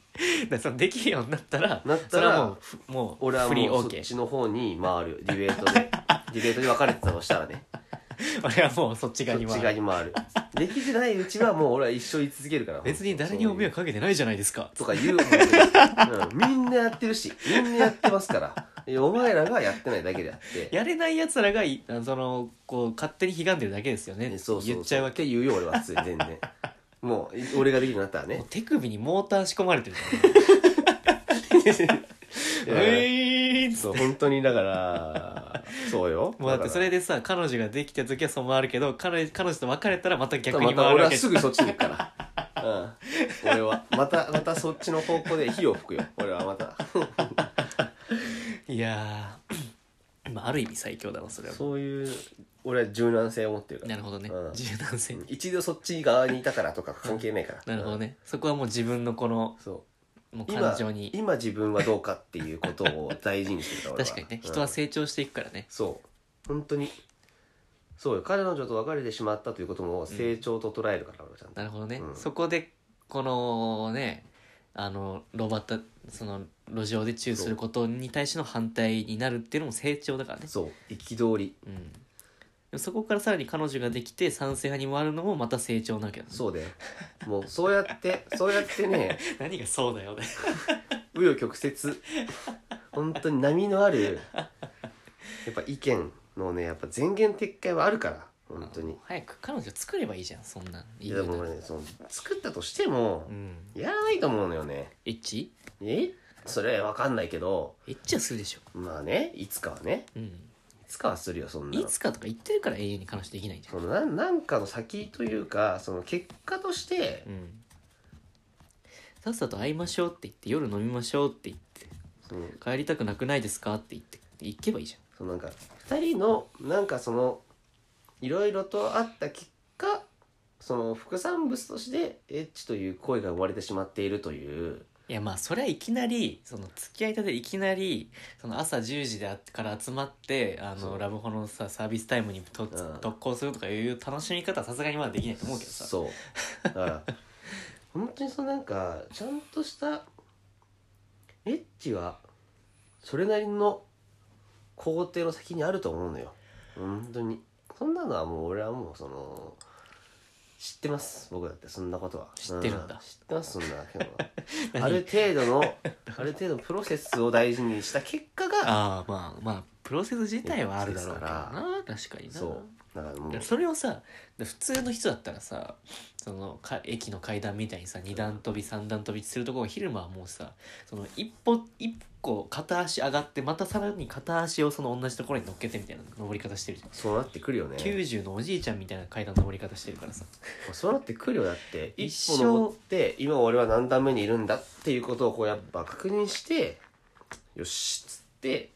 Speaker 2: らそのできるようになったら
Speaker 1: なったら
Speaker 2: それはもうふもう
Speaker 1: 俺は
Speaker 2: フリー
Speaker 1: もうそっ
Speaker 2: OK
Speaker 1: ちの方に回るよディベート でディベートで分かれてたとしたらね
Speaker 2: 俺はもうそっち側に
Speaker 1: そっ
Speaker 2: 回
Speaker 1: ち
Speaker 2: る
Speaker 1: 側に回るできてないうちはもう俺は一生言い続けるから
Speaker 2: 別に誰にも迷惑
Speaker 1: か
Speaker 2: かけてないじゃないですか
Speaker 1: とか言う、うん、みんなやってるしみんなやってますからいやお前らがやってないだけであって
Speaker 2: やれないやつらがいあそのこう勝手に悲んでるだけですよね
Speaker 1: ねそうそうそう
Speaker 2: 言っちゃうわ
Speaker 1: っ
Speaker 2: け
Speaker 1: て言うよ俺は普通に全然もうい俺ができるようになったら
Speaker 2: も
Speaker 1: ね
Speaker 2: う手首にモーター仕込まれてる
Speaker 1: い
Speaker 2: ウ
Speaker 1: や
Speaker 2: ィーンっつっ
Speaker 1: そう本当にだからそうよ
Speaker 2: てもうだってそれ
Speaker 1: で
Speaker 2: でさ彼女ができた時はそう回るけど彼彼女と別れたらまた逆
Speaker 1: ま
Speaker 2: に
Speaker 1: た
Speaker 2: 回る
Speaker 1: 俺
Speaker 2: わ
Speaker 1: は
Speaker 2: け
Speaker 1: すぐそっちに行くから、うん、俺はまたまたそっちの方向で火を吹くよ俺はまた
Speaker 2: いやー まあある意味最強だなそれは
Speaker 1: そういう俺は柔軟性を持ってるから
Speaker 2: なるほどね
Speaker 1: うん
Speaker 2: 柔軟性
Speaker 1: 一度そっち側にいたからとか関係ないから
Speaker 2: なるほどねそこはもう自分のこの
Speaker 1: そ
Speaker 2: もう
Speaker 1: う今
Speaker 2: 感情に
Speaker 1: 今自分はどうかっていうことを大事にしてるから俺
Speaker 2: 確かにね人は
Speaker 1: うん
Speaker 2: 成長していくからね
Speaker 1: そう本当にそうよ彼女と別れてしまったということも成長と捉えるから俺はちゃんと、
Speaker 2: なるほどね、
Speaker 1: うん
Speaker 2: そこでこのねあのロバタその路上でチューすることに対しての反対になるっていうのも成長だからね
Speaker 1: そう憤り
Speaker 2: うんでもそこからさらに彼女ができて賛成派に回るのもまた成長なわけだね
Speaker 1: そうだよもうそうやってそうやってね
Speaker 2: 何がそうだよね
Speaker 1: 紆余曲折本当に波のあるやっぱ意見のねやっぱ前言撤回はあるから本当に
Speaker 2: 早く彼女作ればいいじゃんそんなんい
Speaker 1: いやでも俺ねその作ったとしても
Speaker 2: うん
Speaker 1: やらないと思うのよね
Speaker 2: エッチ
Speaker 1: えそれは分かんないけど
Speaker 2: エッチはするでしょ
Speaker 1: まあねいつかはね
Speaker 2: うん
Speaker 1: いつかはするよそんないの
Speaker 2: つかとか言ってるから永遠に彼女できないんじゃん
Speaker 1: そのなんなんかの先というかその結果として
Speaker 2: うんさっさと会いましょうって言って夜飲みましょうって言って
Speaker 1: その
Speaker 2: 帰りたくなくないですかって言って行けばいいじ
Speaker 1: そのなんか2人のなんかそのいろいろとあった結果その副産物としてエッチという行為が生まれてしまっているという
Speaker 2: ゃんいやまあそれはいきなりその付き合いたていきなりその朝10時であから集まってあ
Speaker 1: そ
Speaker 2: の
Speaker 1: う
Speaker 2: ラブホのさサービスタイムにと
Speaker 1: うん
Speaker 2: 特攻するとかいう楽しみ方はさすがにまだできないと思うけどさ
Speaker 1: そうだから 本当にそのなんかちゃんとしたエッチはそれなりの工程の先にあると思うのよ本当にそんなのはもう俺はもうその知ってます僕だってそんなことは
Speaker 2: 知ってるんだ
Speaker 1: う知ってますそんな今 日は
Speaker 2: 何
Speaker 1: ある程度 のある程度のプロセスを大事にした結果が
Speaker 2: ああまあまあプロセス自体はあるだろうけどな確かにな
Speaker 1: そうだからもう
Speaker 2: だからそれをさ普通の人だったらさそのか駅の階段みたいにさ2段飛び3段飛びするところ昼間はもうさその一歩一個片足上がってまたさらに片足をその同じところに乗っけてみたいな登り方してるじゃん、
Speaker 1: そうなってくるよね
Speaker 2: 90のおじいちゃんみたいな階段登り方してるからさ
Speaker 1: もうそうなってくるよだって
Speaker 2: 一
Speaker 1: 一
Speaker 2: 生
Speaker 1: 歩登って今俺は何段目にいるんだっていうことをこうやっぱ確認してよしっつって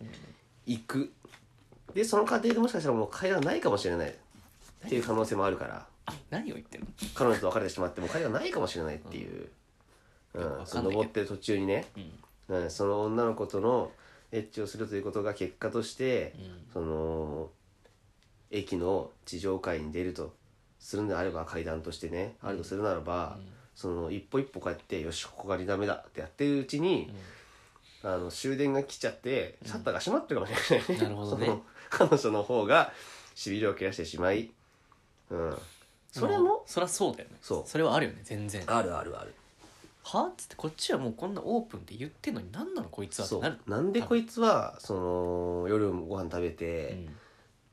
Speaker 1: 行くでその過程でもしかしたらもう階段ないかもしれないっていう可能性もあるから
Speaker 2: 何を言ってんの
Speaker 1: 彼女と別れてしまってもう階段ないかもしれないっていう、う
Speaker 2: よくわかん
Speaker 1: ん
Speaker 2: ないけど
Speaker 1: その登ってる途中にね、
Speaker 2: うん
Speaker 1: うんその女の子とのエッチをするということが結果として、
Speaker 2: うん
Speaker 1: その駅の地上階に出るとするのであれば階段としてねあるとするならば、その一歩一歩こうやってよしここが2段目だってやってるうちに、あの終電が来ちゃってシャッターが閉まってるかもしれないね、
Speaker 2: うんなるほどね
Speaker 1: その彼女の方がしびれを切らしてしまい、うん、それも
Speaker 2: そりゃそうだよね
Speaker 1: そう
Speaker 2: それはあるよね全然は
Speaker 1: あるあるある
Speaker 2: っつってこっちはもうこんなオープンって言ってんのになんなのこいつはっ
Speaker 1: そ
Speaker 2: てなる
Speaker 1: うなんでこいつはその夜ご飯食べ
Speaker 2: う
Speaker 1: て
Speaker 2: ん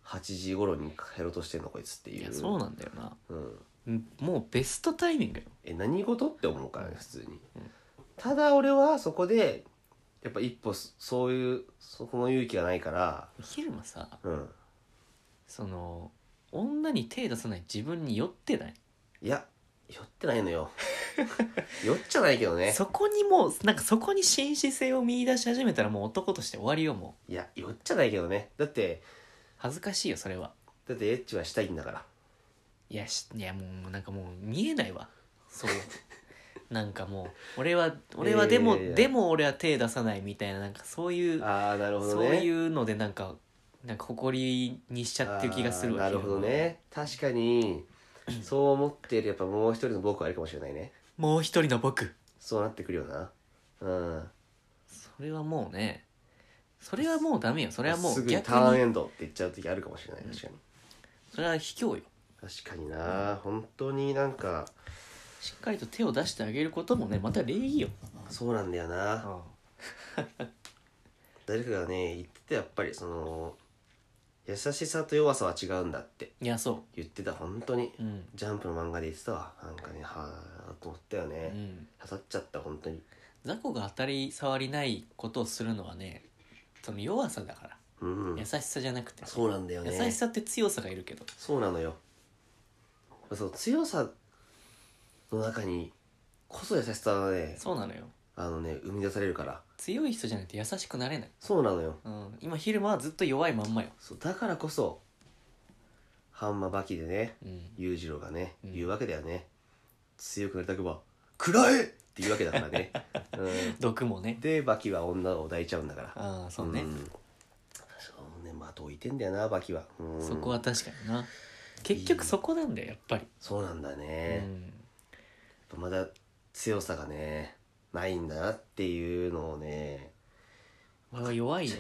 Speaker 1: 8時頃に帰ろうとしてんのこいつっていう
Speaker 2: いやそうなんだよな
Speaker 1: うん、
Speaker 2: うんもうベストタイミングよ
Speaker 1: え何事って思うからね普通に、
Speaker 2: うん
Speaker 1: ただ俺はそこでやっぱ一歩そそういうそこの勇気がないから
Speaker 2: 昼間さ
Speaker 1: うん
Speaker 2: その女に手出さない自分に酔ってない、
Speaker 1: いや酔ってないの よ酔っちゃないけどね
Speaker 2: そこにもうなんかそこに紳士性を見出し始めたらもう男として終わりよも
Speaker 1: いや酔っちゃないけどねだって
Speaker 2: う恥ずかしいよそれは
Speaker 1: だってエッチはしたいんだから
Speaker 2: いやしいやもうなんかもう見えないわ そうなんかもう俺は俺はい
Speaker 1: や
Speaker 2: で
Speaker 1: いやいや
Speaker 2: も、でも俺は手出さないみたいななんかそういう、
Speaker 1: ああなるほど
Speaker 2: そう
Speaker 1: ね
Speaker 2: いうのでなんかなんか誇りにしちゃってる気がするわ
Speaker 1: あーなるほどね確かにそう思っているやっぱもう一人の僕はあるかもしれないね
Speaker 2: もう一人の僕
Speaker 1: そうなってくるよなうん
Speaker 2: それはもうねそれはもうダメよそれはも
Speaker 1: す
Speaker 2: う
Speaker 1: ぐに
Speaker 2: 逆
Speaker 1: ターン
Speaker 2: に
Speaker 1: エンドって言っちゃう時あるかもしれない確かに、
Speaker 2: それは卑怯よ
Speaker 1: 確かにな本当になんか
Speaker 2: しっかりと手を出してあげることもねまた礼儀よ、
Speaker 1: そうなんだよな
Speaker 2: あ
Speaker 1: 誰かがね言ってたやっぱりその優しさと弱さは違うんだって
Speaker 2: いやそ
Speaker 1: 言ってた本当に
Speaker 2: ううん、
Speaker 1: ジャンプの漫画で言ってたわなんかねはあと思ったよ
Speaker 2: う
Speaker 1: ね、
Speaker 2: ん、
Speaker 1: 刺さっちゃった本当に
Speaker 2: 雑魚が当たり障りないことをするのはねその弱さだから
Speaker 1: うん
Speaker 2: 優しさじゃなくて、
Speaker 1: そうなんだよね
Speaker 2: 優しさって強さがいるけど
Speaker 1: そうなのよそう強さの中にこそ優しさがね
Speaker 2: そうなのよ
Speaker 1: あのね生み出されるから
Speaker 2: 強い人じゃなくて優しくなれない、
Speaker 1: そうなのよ
Speaker 2: うん、今昼間はずっと弱いまんまよ、
Speaker 1: そうだからこそハンマーバキでね
Speaker 2: うん、
Speaker 1: 裕次郎がね、
Speaker 2: うん
Speaker 1: 言うわけだよね強くなりたくば食らえっていうわけだから ね、う
Speaker 2: 毒もね
Speaker 1: ん、でバキは女を抱いちゃうんだから
Speaker 2: ああそうね、
Speaker 1: んそうねまあどいてんだよなバキは、うん
Speaker 2: そこは確かにな結局そこなんだよやっぱり、
Speaker 1: そうなんだね、やっ
Speaker 2: うん、
Speaker 1: ぱまだ強さがねないんだなっていうのをね
Speaker 2: 俺は弱いよ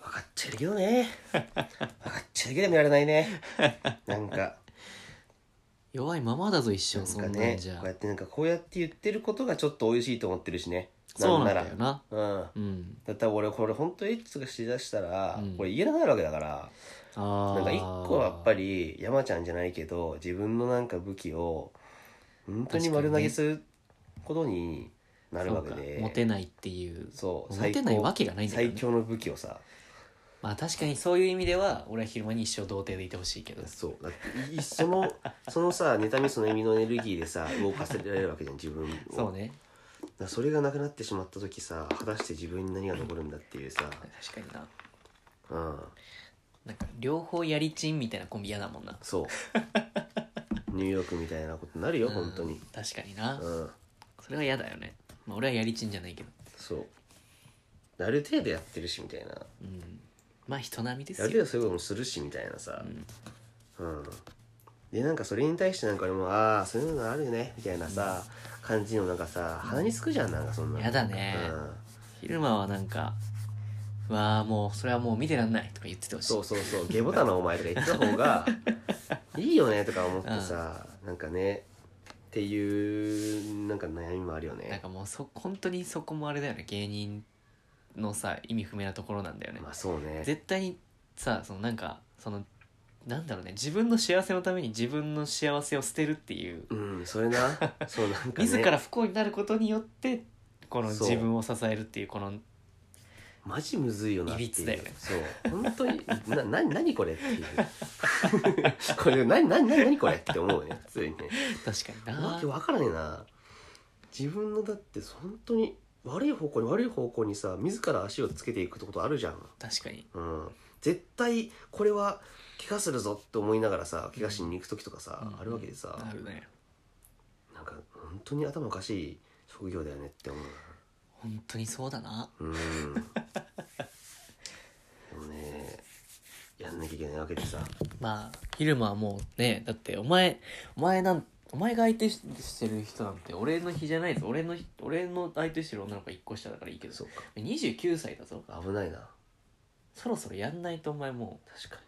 Speaker 1: 分かっちゃいるけどね分かっちゃいるけど見られないねなんか
Speaker 2: 弱いままだぞ一
Speaker 1: なん
Speaker 2: 生そ
Speaker 1: か
Speaker 2: んな
Speaker 1: ね
Speaker 2: んじゃ、
Speaker 1: こうやってなんかこうやって言ってることがちょっと美味しいと思ってるしね
Speaker 2: そうなんだよ
Speaker 1: な
Speaker 2: な
Speaker 1: らうん
Speaker 2: うん
Speaker 1: だったら俺これ本当エッチとかしだしたら、
Speaker 2: うん
Speaker 1: これ言えなくなるわけだから
Speaker 2: あ
Speaker 1: なんか一個はやっぱ
Speaker 2: り
Speaker 1: り山ちゃんじゃないけど自分のなんか武器を本当に丸投げすることになるわけで
Speaker 2: モテないっていう
Speaker 1: そう
Speaker 2: モテないわけがないんだよ
Speaker 1: 最
Speaker 2: ね
Speaker 1: 強の武器をさ
Speaker 2: まあ確かにそういう意味では俺は昼間に一生童貞でいてほしいけど
Speaker 1: そうだっていそ のそのさ妬みその意味のエネルギーでさ動かせられるわけじゃん自分を
Speaker 2: そうね
Speaker 1: だからそれがなくなってしまった時さ果たして自分に何が残るんだっていう さ、
Speaker 2: 確かにな
Speaker 1: うん、
Speaker 2: なんか両方やりちんみたいなコンビ嫌だもんな
Speaker 1: そうニューヨークみたいなことになるよ
Speaker 2: うん
Speaker 1: 本当に
Speaker 2: 確かにな
Speaker 1: うん
Speaker 2: それは嫌だよねまあ俺はやりちんじゃないけど
Speaker 1: そうある程度やってるしみたいな
Speaker 2: うんまあ人並みです
Speaker 1: ある程
Speaker 2: よ
Speaker 1: 度そういうこともするしみたいなさうん、でなんかそれに対してなんか俺もああそういうのあるよねみたいなさ、感じのなんかさ鼻につくじゃんなんかそんなの
Speaker 2: やだね
Speaker 1: うん
Speaker 2: 昼間はなんかうわあもうそれはもう見てらんないとか言っててほしい
Speaker 1: そうそうそう下ボタンのお前とか言ってた方 がいいよねとか思ってさ、なんかねっていうなんか悩みもあるよ
Speaker 2: なん
Speaker 1: ね
Speaker 2: かもうそ本当にそこもあれだよね芸人のさ意味不明なところなんだよね
Speaker 1: まあそうね
Speaker 2: 絶対にさそのなんかそのなんだろうね自分の幸せのために自分の幸せを捨てるっていう、
Speaker 1: うんそれなそうなんかね
Speaker 2: 自ら不幸になることによってこの
Speaker 1: そう
Speaker 2: 自分を支えるっていうこの
Speaker 1: マジむずいよなっていう
Speaker 2: いびつだよね
Speaker 1: そう本当にな な何これっていう これ何何何何これって思うね普通にね
Speaker 2: 確かに
Speaker 1: わ
Speaker 2: な
Speaker 1: けわからねえな自分のだって本当に悪い方向に悪い方向にさ自ら足をつけていくってことあるじゃん
Speaker 2: 確かに
Speaker 1: うん、絶対これは怪我するぞって思いながらさ怪我しに行く時とかさ、
Speaker 2: うん
Speaker 1: あるわけでさ、
Speaker 2: あるね
Speaker 1: なんか本当に頭おかしい職業だよねって思う
Speaker 2: 本当にそうだな
Speaker 1: なうんでもねやんなきゃいけないわけでさ
Speaker 2: まあ昼間はもうねだってお前お前なんお前が相手ししてる人なんて俺の日じゃないぞ俺の日俺の相手してる女の子は1個下だからいいけど
Speaker 1: そっか
Speaker 2: 29歳だぞ
Speaker 1: 危ないな
Speaker 2: そろそろやんないとお前もう
Speaker 1: 確か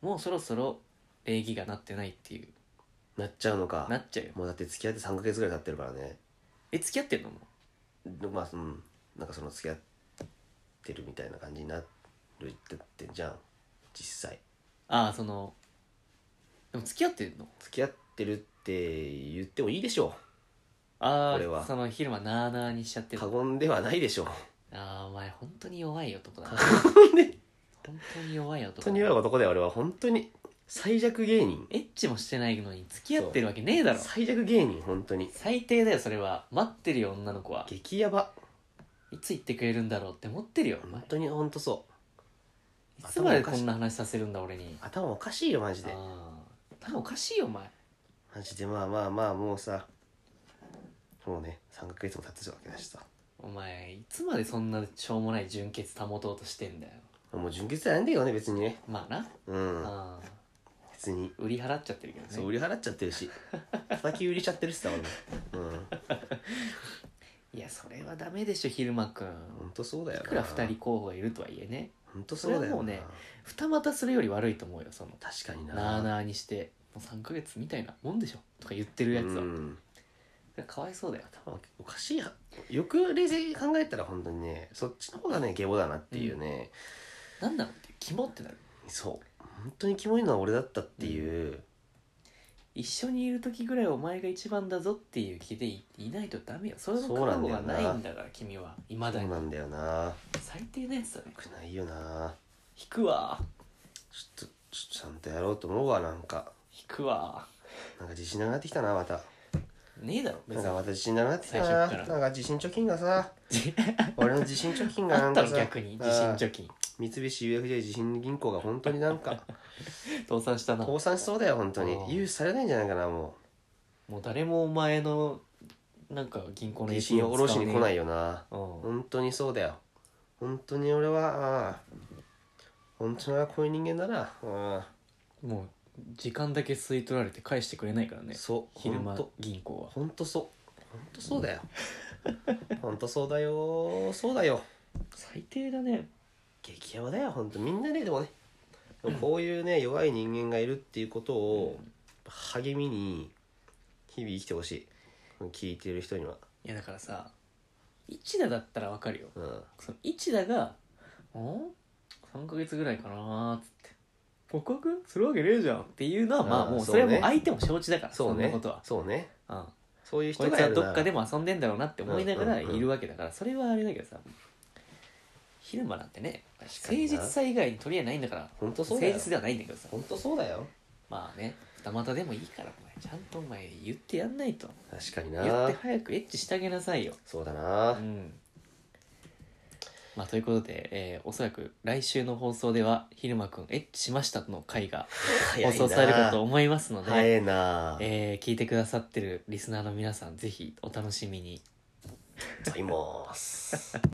Speaker 2: もうそろそろ礼儀がなってないっていう
Speaker 1: になっちゃうのか
Speaker 2: なっちゃうよ
Speaker 1: もうだって付き合って3ヶ月ぐらい経ってるからね
Speaker 2: え付き合ってんのもう
Speaker 1: でまあうんなんかその付き合ってるみたいな感じになるってってんじゃん実際
Speaker 2: ああそのでも付き合ってんの
Speaker 1: 付き合ってるって言ってもいいでしょ
Speaker 2: あ
Speaker 1: これ
Speaker 2: あ
Speaker 1: は
Speaker 2: その昼間なあなあにしちゃって
Speaker 1: う過
Speaker 2: るあ
Speaker 1: 言ではないでしょう
Speaker 2: あーお前本当に弱い 男だな
Speaker 1: 本
Speaker 2: 本当に弱い男だ
Speaker 1: 当に弱い男だよ俺は本当に最弱芸人
Speaker 2: エッチもしてないのに付き合ってるわけねえだろ
Speaker 1: 最弱芸人本当に
Speaker 2: 最低だよそれは待ってるよ女の子は
Speaker 1: 激ヤバ
Speaker 2: いつ言ってくれるんだろうって思ってるよお前
Speaker 1: 本当に本当そう
Speaker 2: いつまでこんな話させるんだ俺に
Speaker 1: 頭おかしいよマジで
Speaker 2: ああ多分おかしいよお前
Speaker 1: マジでまあまあまあもうさもうね3ヶ月も経ってたわけだしさ
Speaker 2: お前いつまでそんなしょうもない純潔保とうとしてんだよ
Speaker 1: もう純潔じゃないんだけどね別にね
Speaker 2: まあな、
Speaker 1: うん
Speaker 2: ああ
Speaker 1: 別に
Speaker 2: 売り払っちゃってるけどね
Speaker 1: そう売り払っちゃってるし叩き売りしちゃってるしさ俺もうん
Speaker 2: いやそれはダメでしょ昼間くん
Speaker 1: 本当そうだ
Speaker 2: い
Speaker 1: よな
Speaker 2: くら2人候補がいるとはいえね
Speaker 1: 本当そうだよな
Speaker 2: それはもうね二股するより悪いと思うよその
Speaker 1: 確かにな
Speaker 2: なあなあにしてもう3ヶ月みたいなもんでしょとか言ってるやつ
Speaker 1: う
Speaker 2: は、
Speaker 1: ん
Speaker 2: かわいそうだよ
Speaker 1: 頭おかしいやよく冷静に考えたら本当にねそっちの方がね下ボだなっていうね、
Speaker 2: なんなのっていう肝ってなる
Speaker 1: そう本当にキモいのは俺だったっていう、
Speaker 2: 一緒にいる時ぐらいお前が一番だぞっていう気でいいないとダメよそれの
Speaker 1: そう
Speaker 2: 覚
Speaker 1: なん
Speaker 2: 悟
Speaker 1: だよ
Speaker 2: が
Speaker 1: な
Speaker 2: ないんだから君はいま
Speaker 1: そ
Speaker 2: だ
Speaker 1: う
Speaker 2: に
Speaker 1: なんだよな
Speaker 2: 最低なやつだね
Speaker 1: 良くないよな
Speaker 2: 引くわ
Speaker 1: ちょっとちょっとちゃんとやろうと思うわなんか
Speaker 2: 引くわ
Speaker 1: なんか自信なくなってきたなまた
Speaker 2: ねえだろ別
Speaker 1: なん
Speaker 2: に
Speaker 1: かまた自信なくなってきた
Speaker 2: 最
Speaker 1: な
Speaker 2: 初から
Speaker 1: なんか自信貯金が さ俺の自信貯金がな
Speaker 2: あ
Speaker 1: ん
Speaker 2: った
Speaker 1: か
Speaker 2: の
Speaker 1: さ
Speaker 2: 逆に自信貯金
Speaker 1: 金三菱 UFJ 自信銀行が本当になん か
Speaker 2: 倒産したなも
Speaker 1: 倒産しそうだよ本当に
Speaker 2: あー
Speaker 1: 融資されないんじゃないかなも
Speaker 2: う誰もお前のなんか銀行
Speaker 1: う
Speaker 2: の
Speaker 1: 自信を下ろしに来ないいよな
Speaker 2: うん
Speaker 1: 本当にそうだよ本当に俺はあー本当に俺はこういう人間だなあ
Speaker 2: もう時間だけ吸い取られて返してくれないからね
Speaker 1: そう
Speaker 2: 昼間
Speaker 1: ほんと
Speaker 2: 銀行は
Speaker 1: 本当そう本当そうだよ本当そうだよそうだよ
Speaker 2: 最低だね
Speaker 1: 激ヤバだよ本当みんなねでもねでもこういうね弱い人間がいるっていうことを励みに日々生きてほしい聞いてる人にはい
Speaker 2: やだからさ一田だったらわかるよ
Speaker 1: うん
Speaker 2: その一田が「ん ?3 ヶ月ぐらいかな」っつって「告白するわけねえじゃん」っていうのはま
Speaker 1: あ
Speaker 2: あ
Speaker 1: ー
Speaker 2: もう
Speaker 1: そ
Speaker 2: そう
Speaker 1: ね
Speaker 2: れはもう相手も承知だから
Speaker 1: そうん
Speaker 2: な
Speaker 1: ね
Speaker 2: ことは、
Speaker 1: そうね
Speaker 2: うん、
Speaker 1: そういう
Speaker 2: こ
Speaker 1: 人
Speaker 2: いつ
Speaker 1: がや
Speaker 2: は
Speaker 1: る
Speaker 2: ど
Speaker 1: な
Speaker 2: っかでも遊んでんだろうなって思いながらいるわけだからそれはあれだけどさ昼間なんてね
Speaker 1: 確
Speaker 2: 誠
Speaker 1: かにな
Speaker 2: 実さ以外に取り柄ないんだから
Speaker 1: 本当そ
Speaker 2: 誠
Speaker 1: うだよ
Speaker 2: 実ではないんだけどさ
Speaker 1: 本当そうだよ
Speaker 2: まあね二股でもいいからお前ちゃんとお前言ってやんないと
Speaker 1: 確かに
Speaker 2: 言っ
Speaker 1: な
Speaker 2: て早くエッチしてあげなさいよ
Speaker 1: そうだ
Speaker 2: う
Speaker 1: なん
Speaker 2: まあということで、えーおそらく来週の放送では「昼間くんエッチしました」の回が放送されるかと
Speaker 1: 思
Speaker 2: 思いますの
Speaker 1: う
Speaker 2: で、
Speaker 1: 早いな
Speaker 2: えー聞いてくださってるリスナーの皆さんぜひお楽しみに
Speaker 1: ざいます